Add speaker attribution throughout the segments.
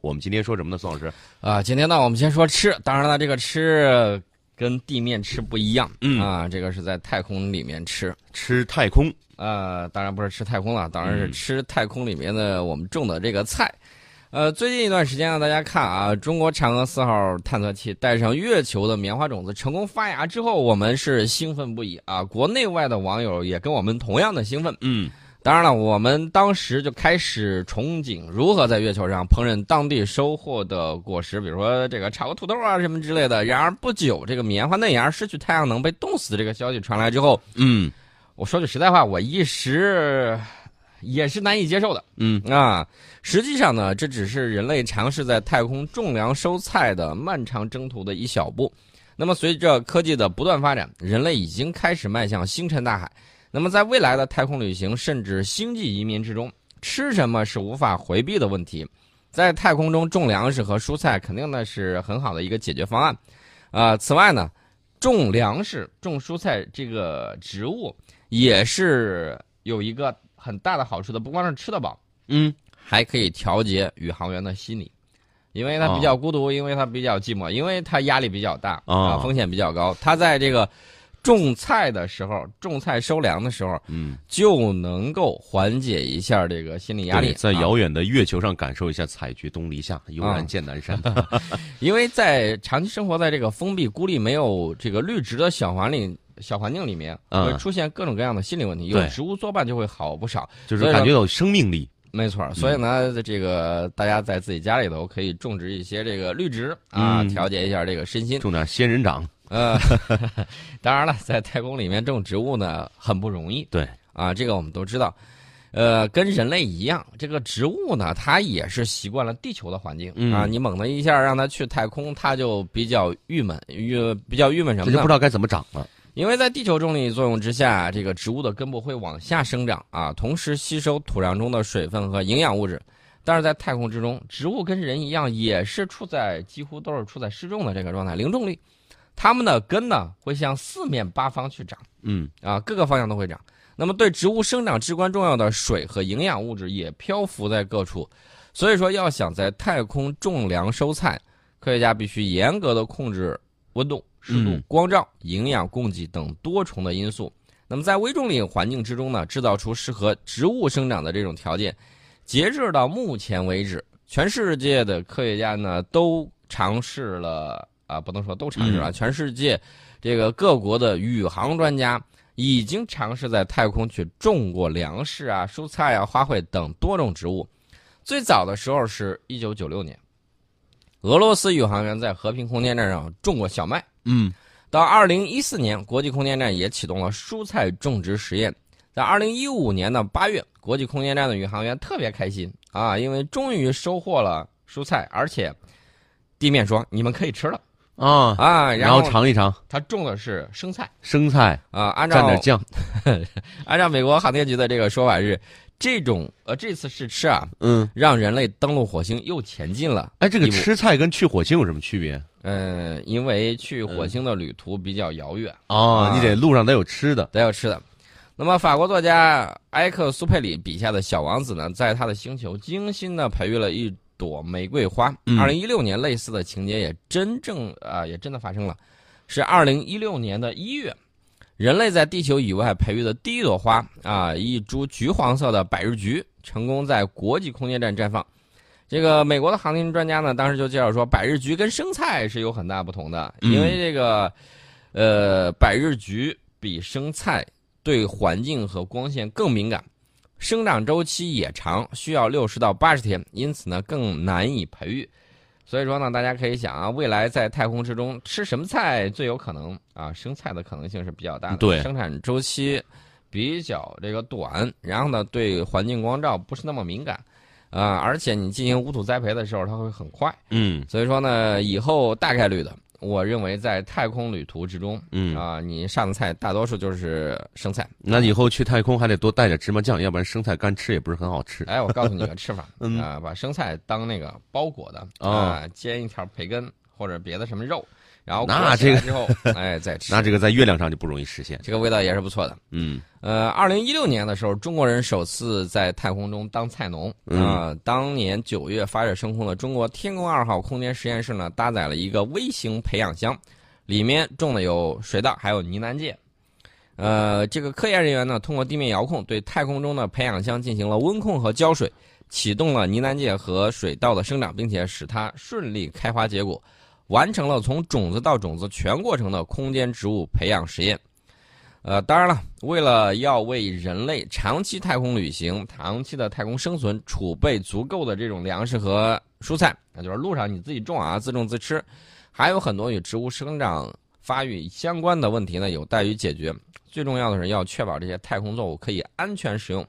Speaker 1: 我们今天说什么呢？宋老师，
Speaker 2: 啊，今天呢，我们先说吃。当然了，这个吃跟地面吃不一样，
Speaker 1: 嗯
Speaker 2: 啊，这个是在太空里面吃。
Speaker 1: 吃太空，
Speaker 2: 呃，当然不是吃太空了，当然是
Speaker 1: 嗯
Speaker 2: 吃太空里面的我们种的这个菜。呃，最近一段时间啊，大家看啊，中国嫦娥四号探测器带上月球的棉花种子成功发芽之后，我们是兴奋不已啊！国内外的网友也跟我们同样的兴奋。
Speaker 1: 嗯，
Speaker 2: 当然了，我们当时就开始憧憬如何在月球上烹饪当地收获的果实，比如说这个炒个土豆啊什么之类的。然而不久，这个棉花嫩芽失去太阳能被冻死的这个消息传来之后，
Speaker 1: 嗯
Speaker 2: 我说句实在话，我一时也是难以接受的。
Speaker 1: 嗯
Speaker 2: 啊，实际上呢，这只是人类尝试在太空种粮收菜的漫长征途的一小步。那么，随着科技的不断发展，人类已经开始迈向星辰大海。那么，在未来的太空旅行甚至星际移民之中，吃什么是无法回避的问题。在太空中种粮食和蔬菜，肯定那是很好的一个解决方案。啊、此外呢，种粮食、种蔬菜这个植物也是有一个很大的好处的，不光是吃得饱，
Speaker 1: 嗯，
Speaker 2: 还可以调节宇航员的心理，因为他比较孤独，因为他比较寂寞，因为他压力比较大
Speaker 1: 哦
Speaker 2: 啊，风险比较高。他在这个种菜的时候，种菜收粮的时候，
Speaker 1: 嗯，
Speaker 2: 就能够缓解一下这个心理压力。
Speaker 1: 对在
Speaker 2: 啊
Speaker 1: 遥远的月球上感受一下“采菊东篱下，悠然见南 山
Speaker 2: 因为在长期生活在这个封闭、孤立、没有这个绿植的小环里。小环境里面
Speaker 1: 嗯
Speaker 2: 会出现各种各样的心理问题，有
Speaker 1: 对
Speaker 2: 植物作伴就会好不少。”，
Speaker 1: 就是感觉有生命力。
Speaker 2: 没错儿，所以
Speaker 1: 嗯
Speaker 2: 呢，这个大家在自己家里头可以种植一些这个绿植啊，
Speaker 1: 嗯
Speaker 2: 调节一下这个身心。
Speaker 1: 种点仙人掌，
Speaker 2: 呃，当然了，在太空里面种植物呢很不容易。
Speaker 1: 对
Speaker 2: 啊，这个我们都知道。呃，跟人类一样，这个植物呢，它也是习惯了地球的环境、
Speaker 1: 嗯
Speaker 2: 啊。你猛的一下让它去太空，它就比较郁闷，郁比较郁闷什
Speaker 1: 这
Speaker 2: 么
Speaker 1: 就
Speaker 2: 呢
Speaker 1: 不知？道该怎么长了。
Speaker 2: 因为在地球重力作用之下，这个植物的根部会往下生长啊，同时吸收土壤中的水分和营养物质。但是在太空之中，植物跟人一样，也是处在几乎都是处在失重的这个状态，零重力。它们的根呢会向四面八方去长
Speaker 1: 嗯，
Speaker 2: 啊，各个方向都会长。那么对植物生长至关重要的水和营养物质也漂浮在各处，所以说要想在太空种粮收菜，科学家必须严格的控制温度、湿度
Speaker 1: 嗯、
Speaker 2: 光照、营养供给等多重的因素。那么在微重力环境之中呢，制造出适合植物生长的这种条件。截至到目前为止，全世界的科学家呢都尝试了啊，不能说都尝试了，全世界这个各国的宇航专家已经尝试在太空去种过粮食啊、蔬菜啊、花卉等多种植物。最早的时候是一九九六年，俄罗斯宇航员在和平空间站上种过小麦。
Speaker 1: 嗯，
Speaker 2: 到二零一四年，国际空间站也启动了蔬菜种植实验。在二零一五年的八月，国际空间站的宇航员特别开心啊，因为终于收获了蔬菜，而且地面说你们可以吃了
Speaker 1: 啊，
Speaker 2: 啊。
Speaker 1: 然
Speaker 2: 然
Speaker 1: 后
Speaker 2: 后
Speaker 1: 尝一尝
Speaker 2: 他种的是生菜
Speaker 1: 生菜，
Speaker 2: 啊，按
Speaker 1: 蘸
Speaker 2: 照
Speaker 1: 点酱，
Speaker 2: 按照美国航天局的这个说法是，这种呃这次试吃啊，
Speaker 1: 嗯。
Speaker 2: 让人类登陆火星又前进了。
Speaker 1: 哎，这个
Speaker 2: 一步
Speaker 1: 吃菜跟去火星有什么区别？
Speaker 2: 嗯，因为去火星的旅途比较遥远，
Speaker 1: 哦，你得路上得有吃的。
Speaker 2: 得有吃的。那么，法国作家埃克苏佩里笔下的小王子呢，在他的星球精心的培育了一朵玫瑰花。
Speaker 1: 嗯
Speaker 2: 二零一六年，类似的情节也真正啊、也真的发生了，是二零一六年的一月，人类在地球以外培育的第一朵花啊、一株橘黄色的百日菊，成功在国际空间站绽放。这个美国的航天专家呢，当时就介绍说，百日菊跟生菜是有很大不同的，
Speaker 1: 嗯
Speaker 2: 因为这个，呃，百日菊比生菜对环境和光线更敏感，生长周期也长，需要六十到八十天，因此呢更难以培育。所以说呢，大家可以想啊，未来在太空之中吃什么菜最有可能啊？生菜的可能性是比较大的，
Speaker 1: 对
Speaker 2: 生产周期比较这个短，然后呢对环境光照不是那么敏感。啊、而且你进行无土栽培的时候，它会很快，
Speaker 1: 嗯
Speaker 2: 所以说呢，以后大概率的，我认为在太空旅途之中，
Speaker 1: 嗯，
Speaker 2: 啊、你上的菜大多数就是生菜。
Speaker 1: 那以后去太空还得多带点芝麻酱，要不然生菜干吃也不是很好吃。，
Speaker 2: 哎，我告诉你个吃法
Speaker 1: 嗯
Speaker 2: 啊、把生菜当那个包裹的啊、
Speaker 1: 哦
Speaker 2: 煎一条培根或者别的什么肉，然后
Speaker 1: 那
Speaker 2: 裹起来
Speaker 1: 这
Speaker 2: 之后，哎，再吃
Speaker 1: 那，这个在月亮上就不容易实现。
Speaker 2: 这个味道也是不错的。
Speaker 1: 嗯
Speaker 2: 呃，二零一六年的时候，中国人首次在太空中当菜农。
Speaker 1: 嗯
Speaker 2: 啊当年九月发射升空的中国天宫二号空间实验室呢，搭载了一个微型培养箱，里面种的有水稻，还有呢喃芥。呃，这个科研人员呢，通过地面遥控对太空中的培养箱进行了温控和浇水，启动了呢喃芥和水稻的生长，并且使它顺利开花结果，完成了从种子到种子全过程的空间植物培养实验。呃，当然了，为了要为人类长期太空旅行、长期的太空生存储备足够的这种粮食和蔬菜，那就是路上你自己种啊，自种自吃，还有很多与植物生长发育相关的问题呢，有待于解决。最重要的是要确保这些太空作物可以安全食用，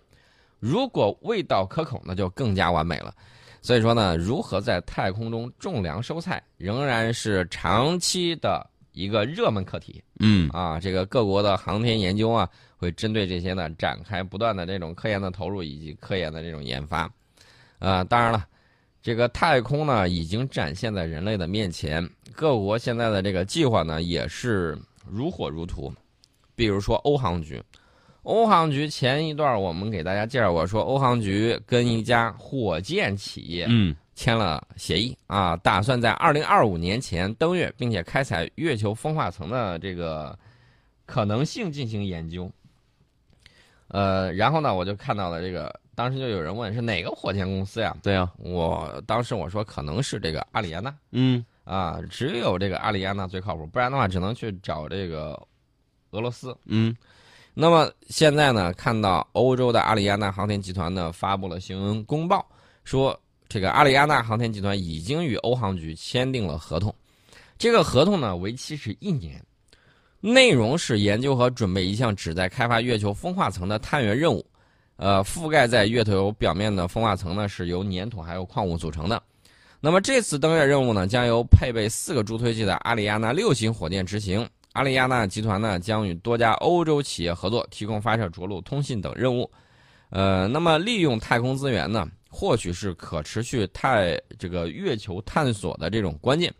Speaker 2: 如果味道可口，那就更加完美了。所以说呢，如何在太空中种粮收菜，仍然是长期的一个热门课题。
Speaker 1: 嗯，
Speaker 2: 啊，这个各国的航天研究啊，会针对这些呢展开不断的这种科研的投入以及科研的这种研发。呃，当然了，这个太空呢已经展现在人类的面前，各国现在的这个计划呢也是如火如荼。比如说欧航局，欧航局前一段我们给大家介绍过，说欧航局跟一家火箭企业，
Speaker 1: 嗯
Speaker 2: 签了协议啊，打算在二零二五年前登月，并且开采月球风化层的这个可能性进行研究。呃，然后呢，我就看到了这个，当时就有人问是哪个火箭公司呀？
Speaker 1: 对呀，
Speaker 2: 我当时我说可能是这个阿里安娜
Speaker 1: 嗯
Speaker 2: 啊，只有这个阿里安娜最靠谱，不然的话只能去找这个俄罗斯。
Speaker 1: 嗯
Speaker 2: 那么现在呢，看到欧洲的阿里安娜航天集团呢发布了新闻公报，说这个阿里安娜航天集团已经与欧航局签订了合同，这个合同呢为期是一年，内容是研究和准备一项旨在开发月球风化层的探月任务，呃，覆盖在月球表面的风化层呢是由粘土还有矿物组成的。那么这次登月任务呢，将由配备四个助推器的阿里亚纳六型火箭执行。阿里亚纳集团呢，将与多家欧洲企业合作，提供发射、着陆、通信等任务。呃，那么利用太空资源呢，或许是可持续太这个月球探索的这种关键。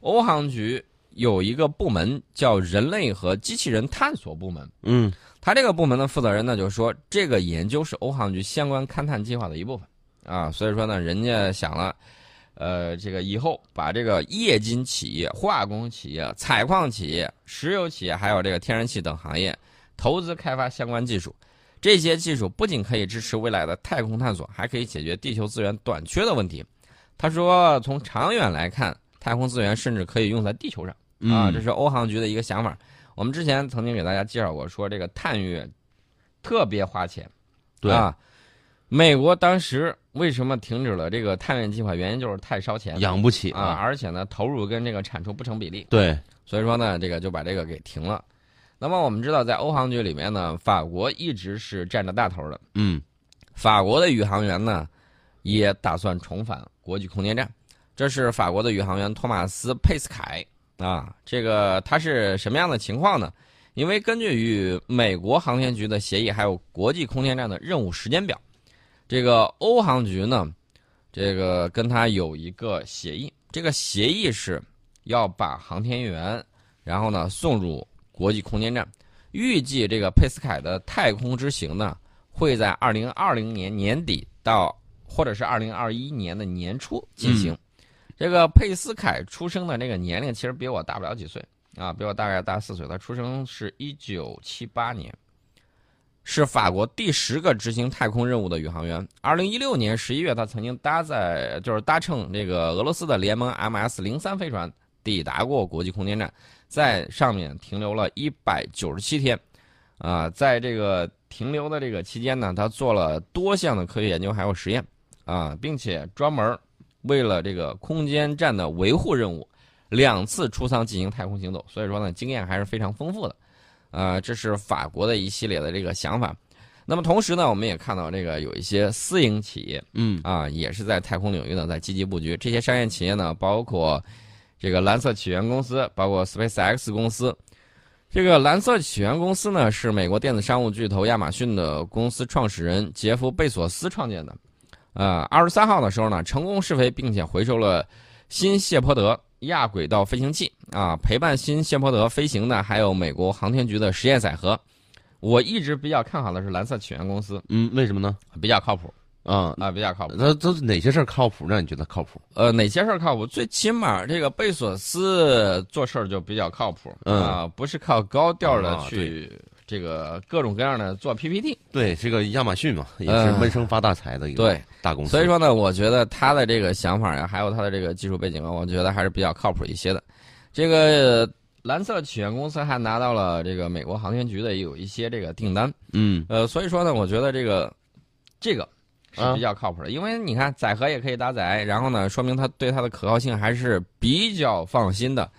Speaker 2: 欧航局有一个部门叫人类和机器人探索部门，
Speaker 1: 嗯
Speaker 2: 他这个部门的负责人呢，就说这个研究是欧航局相关勘探计划的一部分啊，所以说呢，人家想了，呃，这个以后把这个冶金企业、化工企业、采矿企业、石油企业，还有这个天然气等行业，投资开发相关技术。这些技术不仅可以支持未来的太空探索，还可以解决地球资源短缺的问题。他说，从长远来看，太空资源甚至可以用在地球上。
Speaker 1: 嗯
Speaker 2: 啊，这是欧航局的一个想法。我们之前曾经给大家介绍过，说这个探月特别花钱。
Speaker 1: 对
Speaker 2: 啊，美国当时为什么停止了这个探月计划？原因就是太烧钱
Speaker 1: 养不起
Speaker 2: 啊，，而且呢，投入跟这个产出不成比例，
Speaker 1: 对，
Speaker 2: 所以说呢，这个就把这个给停了。那么我们知道，在欧航局里面呢，法国一直是占着大头的。
Speaker 1: 嗯
Speaker 2: 法国的宇航员呢，也打算重返国际空间站。这是法国的宇航员托马斯·佩斯凯啊，这个他是什么样的情况呢？因为根据与美国航天局的协议，还有国际空间站的任务时间表，这个欧航局呢，这个跟他有一个协议，这个协议是要把航天员，然后呢送入国际空间站。预计这个佩斯凯的太空之行呢，会在二零二零年年底到或者是二零二一年的年初进行。这个佩斯凯出生的那个年龄其实比我大不了几岁啊，比我大概大四岁。他出生是一九七八年，是法国第十个执行太空任务的宇航员。二零一六年十一月，他曾经搭载就是搭乘这个俄罗斯的联盟 MS 零三飞船抵达过国际空间站，在上面停留了一百九十七天。啊、在这个停留的这个期间呢，他做了多项的科学研究还有实验啊、并且专门为了这个空间站的维护任务，两次出舱进行太空行走，所以说呢，经验还是非常丰富的。呃，这是法国的一系列的这个想法。那么同时呢，我们也看到这个有一些私营企业
Speaker 1: 嗯
Speaker 2: 啊，也是在太空领域呢在积极布局。这些商业企业呢，包括这个蓝色起源公司，包括 SpaceX 公司。这个蓝色起源公司呢，是美国电子商务巨头亚马逊的公司创始人杰夫·贝索斯创建的。呃，二十三号的时候呢，成功试飞并且回收了新谢泼德亚轨道飞行器啊，陪伴新谢泼德飞行的还有美国航天局的实验载荷。我一直比较看好的是蓝色起源公司，
Speaker 1: 嗯，为什么呢？
Speaker 2: 比较靠谱
Speaker 1: 啊，
Speaker 2: 啊，比较靠谱。
Speaker 1: 那都哪些事儿靠谱，让你觉得靠谱？
Speaker 2: 呃，哪些事儿靠谱？最起码这个贝索斯做事儿就比较靠谱，
Speaker 1: 嗯
Speaker 2: 啊，不是靠高调的
Speaker 1: 啊
Speaker 2: 去这个各种各样的做 PPT，
Speaker 1: 对，这个亚马逊嘛，也是
Speaker 2: 嗯
Speaker 1: 闷声发大财的一个
Speaker 2: 对，
Speaker 1: 大公司。
Speaker 2: 所以，说呢，我觉得他的这个想法呀，还有他的这个技术背景啊，我觉得还是比较靠谱一些的。这个呃蓝色起源公司还拿到了这个美国航天局的有一些这个订单，
Speaker 1: 嗯，
Speaker 2: 呃，所以说呢，我觉得这个这个是
Speaker 1: 啊
Speaker 2: 比较靠谱的，因为你看载荷也可以搭载，然后呢，说明它对它的可靠性还是比较放心的。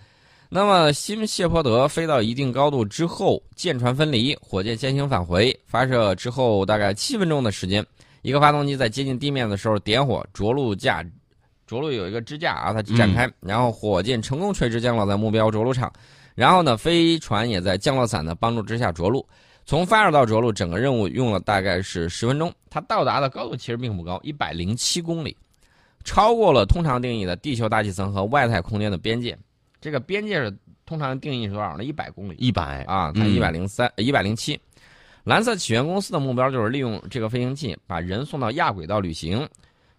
Speaker 2: 那么新谢泼德飞到一定高度之后，舰船分离，火箭先行返回，发射之后大概七分钟的时间，一个发动机在接近地面的时候点火，着陆架。着陆有一个支架啊，它展开，然后火箭成功垂直降落在目标着陆场，然后呢，飞船也在降落伞的帮助之下着陆，从发射到着陆，整个任务用了大概是十分钟。它到达的高度其实并不高，一百零七公里，超过了通常定义的地球大气层和外太空间的边界。这个边界是通常定义是多少呢？一百公里
Speaker 1: 一百
Speaker 2: 啊，它一百零三、一百零七。蓝色起源公司的目标就是利用这个飞行器把人送到亚轨道旅行。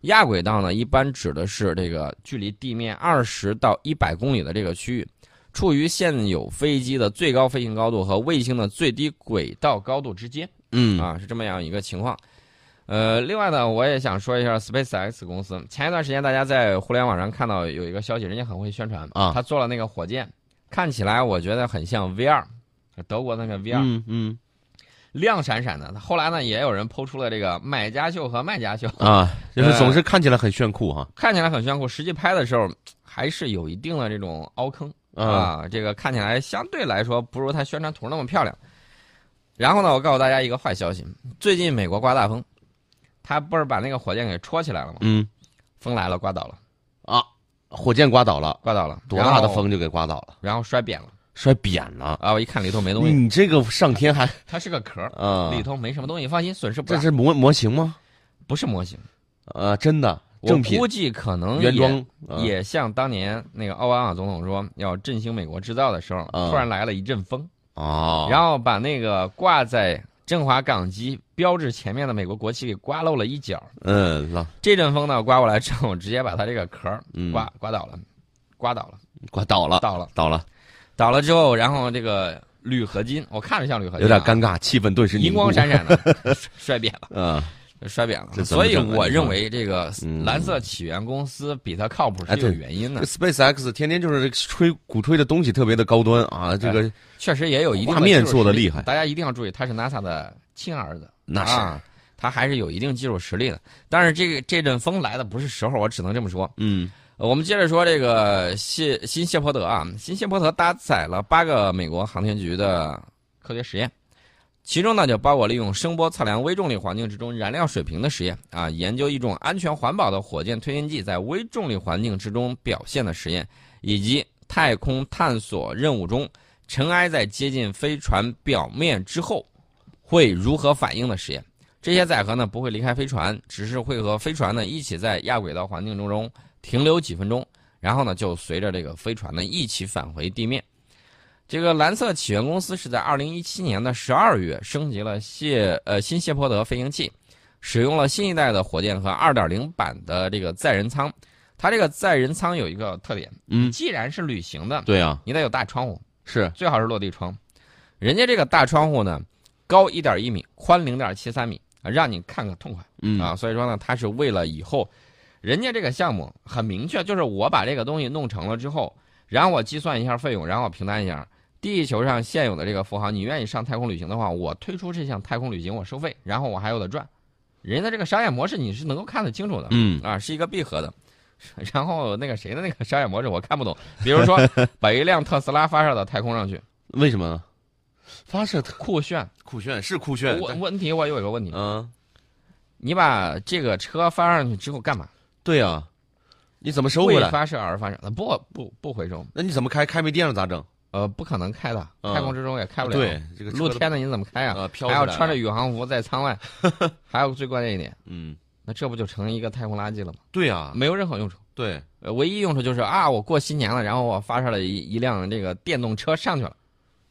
Speaker 2: 亚轨道呢，一般指的是这个距离地面二十到一百公里的这个区域，处于现有飞机的最高飞行高度和卫星的最低轨道高度之间
Speaker 1: 嗯
Speaker 2: 啊，是这么样一个情况。呃，另外呢，我也想说一下 SpaceX 公司。前一段时间，大家在互联网上看到有一个消息，人家很会宣传
Speaker 1: 啊
Speaker 2: 他做了那个火箭，看起来我觉得很像 V 二，德国那个 V 二、
Speaker 1: 嗯嗯
Speaker 2: 啊亮闪闪的。后来呢，也有人抛出了这个买家秀和卖家秀，
Speaker 1: 啊，就是
Speaker 2: 呃
Speaker 1: 总是看起来很炫酷哈。
Speaker 2: 看起来很炫酷，实际拍的时候还是有一定的这种凹坑。
Speaker 1: 啊，
Speaker 2: 啊，这个看起来相对来说不如它宣传图那么漂亮。然后呢，我告诉大家一个坏消息：最近美国刮大风，他不是把那个火箭给戳起来了吗？
Speaker 1: 嗯
Speaker 2: 风来了，刮倒了，
Speaker 1: 啊，火箭刮倒了，
Speaker 2: 刮倒了，
Speaker 1: 多大的
Speaker 2: 然后？
Speaker 1: 风就啊给刮倒了，
Speaker 2: 然后摔扁了
Speaker 1: 摔扁了。
Speaker 2: 啊！我一看里头没东西，
Speaker 1: 你这个上天还
Speaker 2: 它是个壳儿，
Speaker 1: 啊，
Speaker 2: 里头没什么东西，放心，损失不
Speaker 1: 这
Speaker 2: 大。
Speaker 1: 是模模型吗？
Speaker 2: 不是模型，
Speaker 1: 呃，真的
Speaker 2: 我
Speaker 1: 正品
Speaker 2: 估计可能
Speaker 1: 原
Speaker 2: 也
Speaker 1: 装啊
Speaker 2: 也像当年那个奥巴马总统说要振兴美国制造的时候，
Speaker 1: 嗯
Speaker 2: 突然来了一阵风，
Speaker 1: 哦，
Speaker 2: 然后把那个挂在振华港机标志前面的美国国旗给刮漏了一角。
Speaker 1: 嗯，浪
Speaker 2: 这阵风呢刮过来之后，直接把它这个壳儿
Speaker 1: 嗯
Speaker 2: 刮刮倒了，刮倒了，
Speaker 1: 刮倒了，
Speaker 2: 倒了，
Speaker 1: 倒了，
Speaker 2: 倒了之后，然后这个铝合金，我看着像铝合金、
Speaker 1: 有点，尴尬，气氛顿时凝
Speaker 2: 银
Speaker 1: 固
Speaker 2: 哎光闪闪的， 摔扁了，
Speaker 1: 啊，
Speaker 2: 摔扁了。
Speaker 1: 这怎么
Speaker 2: 所以
Speaker 1: 整啊
Speaker 2: 我
Speaker 1: 你
Speaker 2: 认
Speaker 1: 说
Speaker 2: 为这个
Speaker 1: 嗯
Speaker 2: 蓝色起源公司比它靠谱
Speaker 1: 哎
Speaker 2: 是有
Speaker 1: 对
Speaker 2: 原因的
Speaker 1: 这，SpaceX 天天就是吹鼓吹的东西特别的高端
Speaker 2: 哎
Speaker 1: 啊，这个
Speaker 2: 确实也有一定
Speaker 1: 画面
Speaker 2: 技术
Speaker 1: 做得
Speaker 2: 实力
Speaker 1: 厉害
Speaker 2: 大家一定要注意，他是 NASA 的亲儿子。
Speaker 1: 那是
Speaker 2: 啊，他还是有一定技术实力的。但是这个这阵风来的不是时候，我只能这么说。
Speaker 1: 嗯
Speaker 2: 呃我们接着说这个谢新谢泼德啊，新谢泼德搭载了八个美国航天局的科学实验，其中呢就包括利用声波测量微重力环境之中燃料水平的实验啊，研究一种安全环保的火箭推进剂在微重力环境之中表现的实验，以及太空探索任务中尘埃在接近飞船表面之后会如何反应的实验。这些载荷呢不会离开飞船，只是会和飞船呢一起在亚轨道环境中中停留几分钟，然后呢就随着这个飞船呢一起返回地面。这个蓝色起源公司是在二零一七年的十二月升级了谢呃新谢泼德飞行器，使用了新一代的火箭和二点零版的这个载人舱。它这个载人舱有一个特点，
Speaker 1: 嗯，
Speaker 2: 既然是旅行的，
Speaker 1: 对啊，
Speaker 2: 你得有大窗户，
Speaker 1: 是
Speaker 2: 最好是落地窗。人家这个大窗户呢，高一点一米，宽零点七三米，啊让你看个痛快。
Speaker 1: 嗯
Speaker 2: 啊，所以说呢，他是为了以后，人家这个项目很明确，就是我把这个东西弄成了之后，然后我计算一下费用，然后我评单一下地球上现有的这个富豪，你愿意上太空旅行的话，我推出这项太空旅行，我收费，然后我还有的赚。人家这个商业模式你是能够看得清楚的，
Speaker 1: 嗯
Speaker 2: 啊，是一个闭合的。然后那个谁的那个商业模式我看不懂，比 如说把一辆特斯拉发射到太空上去，
Speaker 1: 为什么呢？发射特
Speaker 2: 酷炫。
Speaker 1: 酷炫是酷炫，
Speaker 2: 我
Speaker 1: 但
Speaker 2: 问题我有一个问题，
Speaker 1: 嗯，
Speaker 2: 你把这个车发上去之后干嘛？
Speaker 1: 对啊，你怎么收回
Speaker 2: 为
Speaker 1: 来？
Speaker 2: 发射而发射，不不不回收，
Speaker 1: 那你怎么开？开没电了咋整？
Speaker 2: 呃，不可能开的，
Speaker 1: 嗯
Speaker 2: 太空之中也开不了。
Speaker 1: 对，，这个车
Speaker 2: 露
Speaker 1: 的
Speaker 2: 天的你怎么开啊？
Speaker 1: 啊，飘
Speaker 2: 还要
Speaker 1: 起来
Speaker 2: 穿着
Speaker 1: 了
Speaker 2: 宇航服在 舱外，还有最关键一点，
Speaker 1: 嗯，
Speaker 2: 那这不就成一个太空垃圾了吗？
Speaker 1: 对啊，
Speaker 2: 没有任何用处。
Speaker 1: 对，
Speaker 2: 呃，唯一用处就是啊，我过新年了，然后我发射了一一辆这个电动车上去了，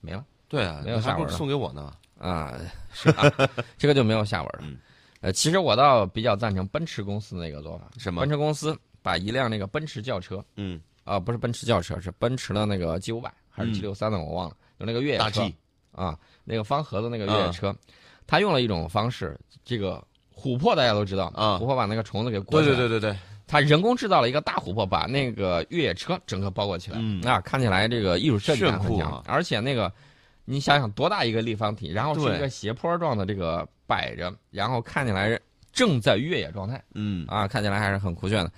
Speaker 2: 没了
Speaker 1: 对啊，
Speaker 2: 没有
Speaker 1: 你还
Speaker 2: 下文
Speaker 1: 不
Speaker 2: 了
Speaker 1: 送给我呢？
Speaker 2: 啊，是 啊，这个就没有下文了。
Speaker 1: 嗯
Speaker 2: 呃，其实我倒比较赞成奔驰公司那个做法，
Speaker 1: 什么
Speaker 2: 奔？驰公司把一辆那个奔驰轿车
Speaker 1: 嗯，
Speaker 2: 啊、不是奔驰轿车，是奔驰的那个 G 五百还是
Speaker 1: 嗯
Speaker 2: G 六三的，我忘了，就那个越野
Speaker 1: 大
Speaker 2: 车
Speaker 1: G 嗯
Speaker 2: 啊，那个方盒子那个越野车，他用了一种方式，这个琥珀大家都知道，
Speaker 1: 啊
Speaker 2: 琥珀把那个虫子给裹
Speaker 1: 对
Speaker 2: 起来，
Speaker 1: 对对对对，
Speaker 2: 他人工制造了一个大琥珀，把那个越野车整个包裹起来，
Speaker 1: 嗯
Speaker 2: 啊，看起来这个艺术设计感
Speaker 1: 炫
Speaker 2: 很
Speaker 1: 酷
Speaker 2: 强，
Speaker 1: 啊
Speaker 2: 而且那个你想想多大一个立方体，然后是
Speaker 1: 对
Speaker 2: 一个斜坡状的这个摆着，然后看起来正在越野状态。
Speaker 1: 嗯，
Speaker 2: 啊，看起来还是很酷炫的。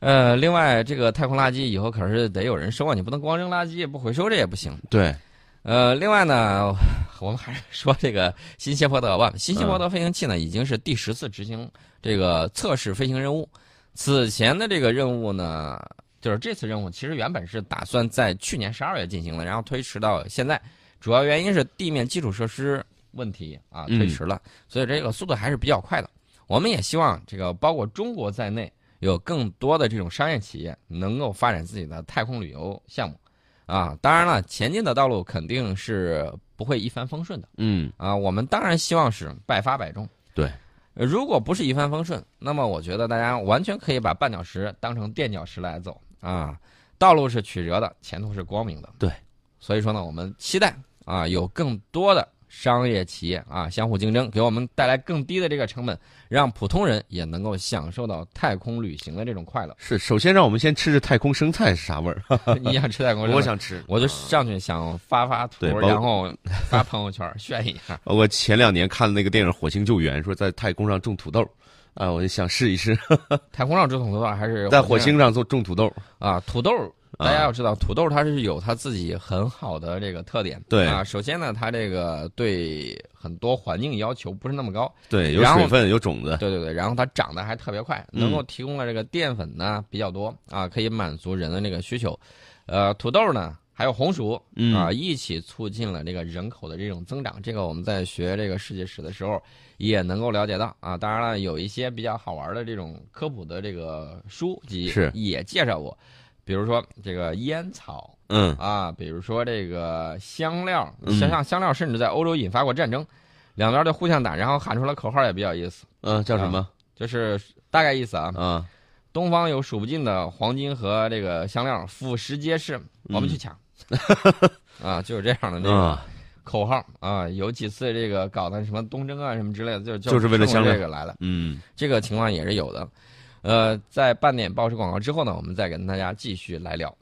Speaker 2: 呃，另外，这个太空垃圾以后可是得有人收啊，你不能光扔垃圾不回收，这也不行。
Speaker 1: 对，
Speaker 2: 呃，另外呢，我们还是说这个新谢泼德吧。新谢泼德飞行器呢，已经是第十次执行这个测试飞行任务。此前的这个任务呢，就是这次任务其实原本是打算在去年十二月进行的，然后推迟到现在，主要原因是地面基础设施问题啊
Speaker 1: 嗯
Speaker 2: 推迟了，所以这个速度还是比较快的。我们也希望这个包括中国在内，有更多的这种商业企业能够发展自己的太空旅游项目。啊，当然了，前进的道路肯定是不会一帆风顺的
Speaker 1: 嗯，
Speaker 2: 啊。我们当然希望是百发百中。
Speaker 1: 对
Speaker 2: 呃，如果不是一帆风顺，那么我觉得大家完全可以把绊脚石当成垫脚石来走啊。道路是曲折的，前途是光明的。
Speaker 1: 对，。
Speaker 2: 所以说呢，我们期待啊，有更多的商业企业啊相互竞争，给我们带来更低的这个成本，让普通人也能够享受到太空旅行的这种快乐
Speaker 1: 是。首先让我们先吃吃太空生菜是啥味儿？
Speaker 2: 你想吃太空？
Speaker 1: 我想吃，
Speaker 2: 我就上去想发发图
Speaker 1: 对，包
Speaker 2: 然后发朋友圈炫一下。
Speaker 1: 我前两年看那个电影《火星救援》，说在太空上种土豆，啊，我就想试一 试，
Speaker 2: 太空上种土豆还是
Speaker 1: 在火星上种种土豆。
Speaker 2: 啊？土豆，
Speaker 1: 啊
Speaker 2: 大家要知道，土豆它是有它自己很好的这个特点。
Speaker 1: 对
Speaker 2: 啊，首先呢，它这个对很多环境要求不是那么高。
Speaker 1: 对，有
Speaker 2: 然后
Speaker 1: 水分，有种子。
Speaker 2: 对对对，然后它长得还特别快，
Speaker 1: 嗯
Speaker 2: 能够提供的这个淀粉呢比较多啊，可以满足人的这个需求。呃，土豆呢。还有红薯
Speaker 1: 嗯
Speaker 2: 啊，一起促进了这个人口的这种增长。这个我们在学这个世界史的时候也能够了解到啊。当然了，有一些比较好玩的这种科普的这个书籍
Speaker 1: 是
Speaker 2: 也介绍过，比如说这个烟草
Speaker 1: 嗯，
Speaker 2: 啊，比如说这个香料，
Speaker 1: 嗯
Speaker 2: 像像香料甚至在欧洲引发过战争，两边就互相打，然后喊出来口号也比较有意思。
Speaker 1: 嗯，叫什么？
Speaker 2: 就是大概意思啊，
Speaker 1: 啊，
Speaker 2: 东方有数不尽的黄金和这个香料，腐蚀皆是，我们去抢。
Speaker 1: 嗯
Speaker 2: 啊，就是这样的那个
Speaker 1: 啊，
Speaker 2: 口号啊，有几次这个搞的什么东征啊什么之类的，就
Speaker 1: 就是为了香料
Speaker 2: 这个来了，
Speaker 1: 嗯，
Speaker 2: 这个情况也是有的。呃，在半点报时广告之后呢，我们再跟大家继续来聊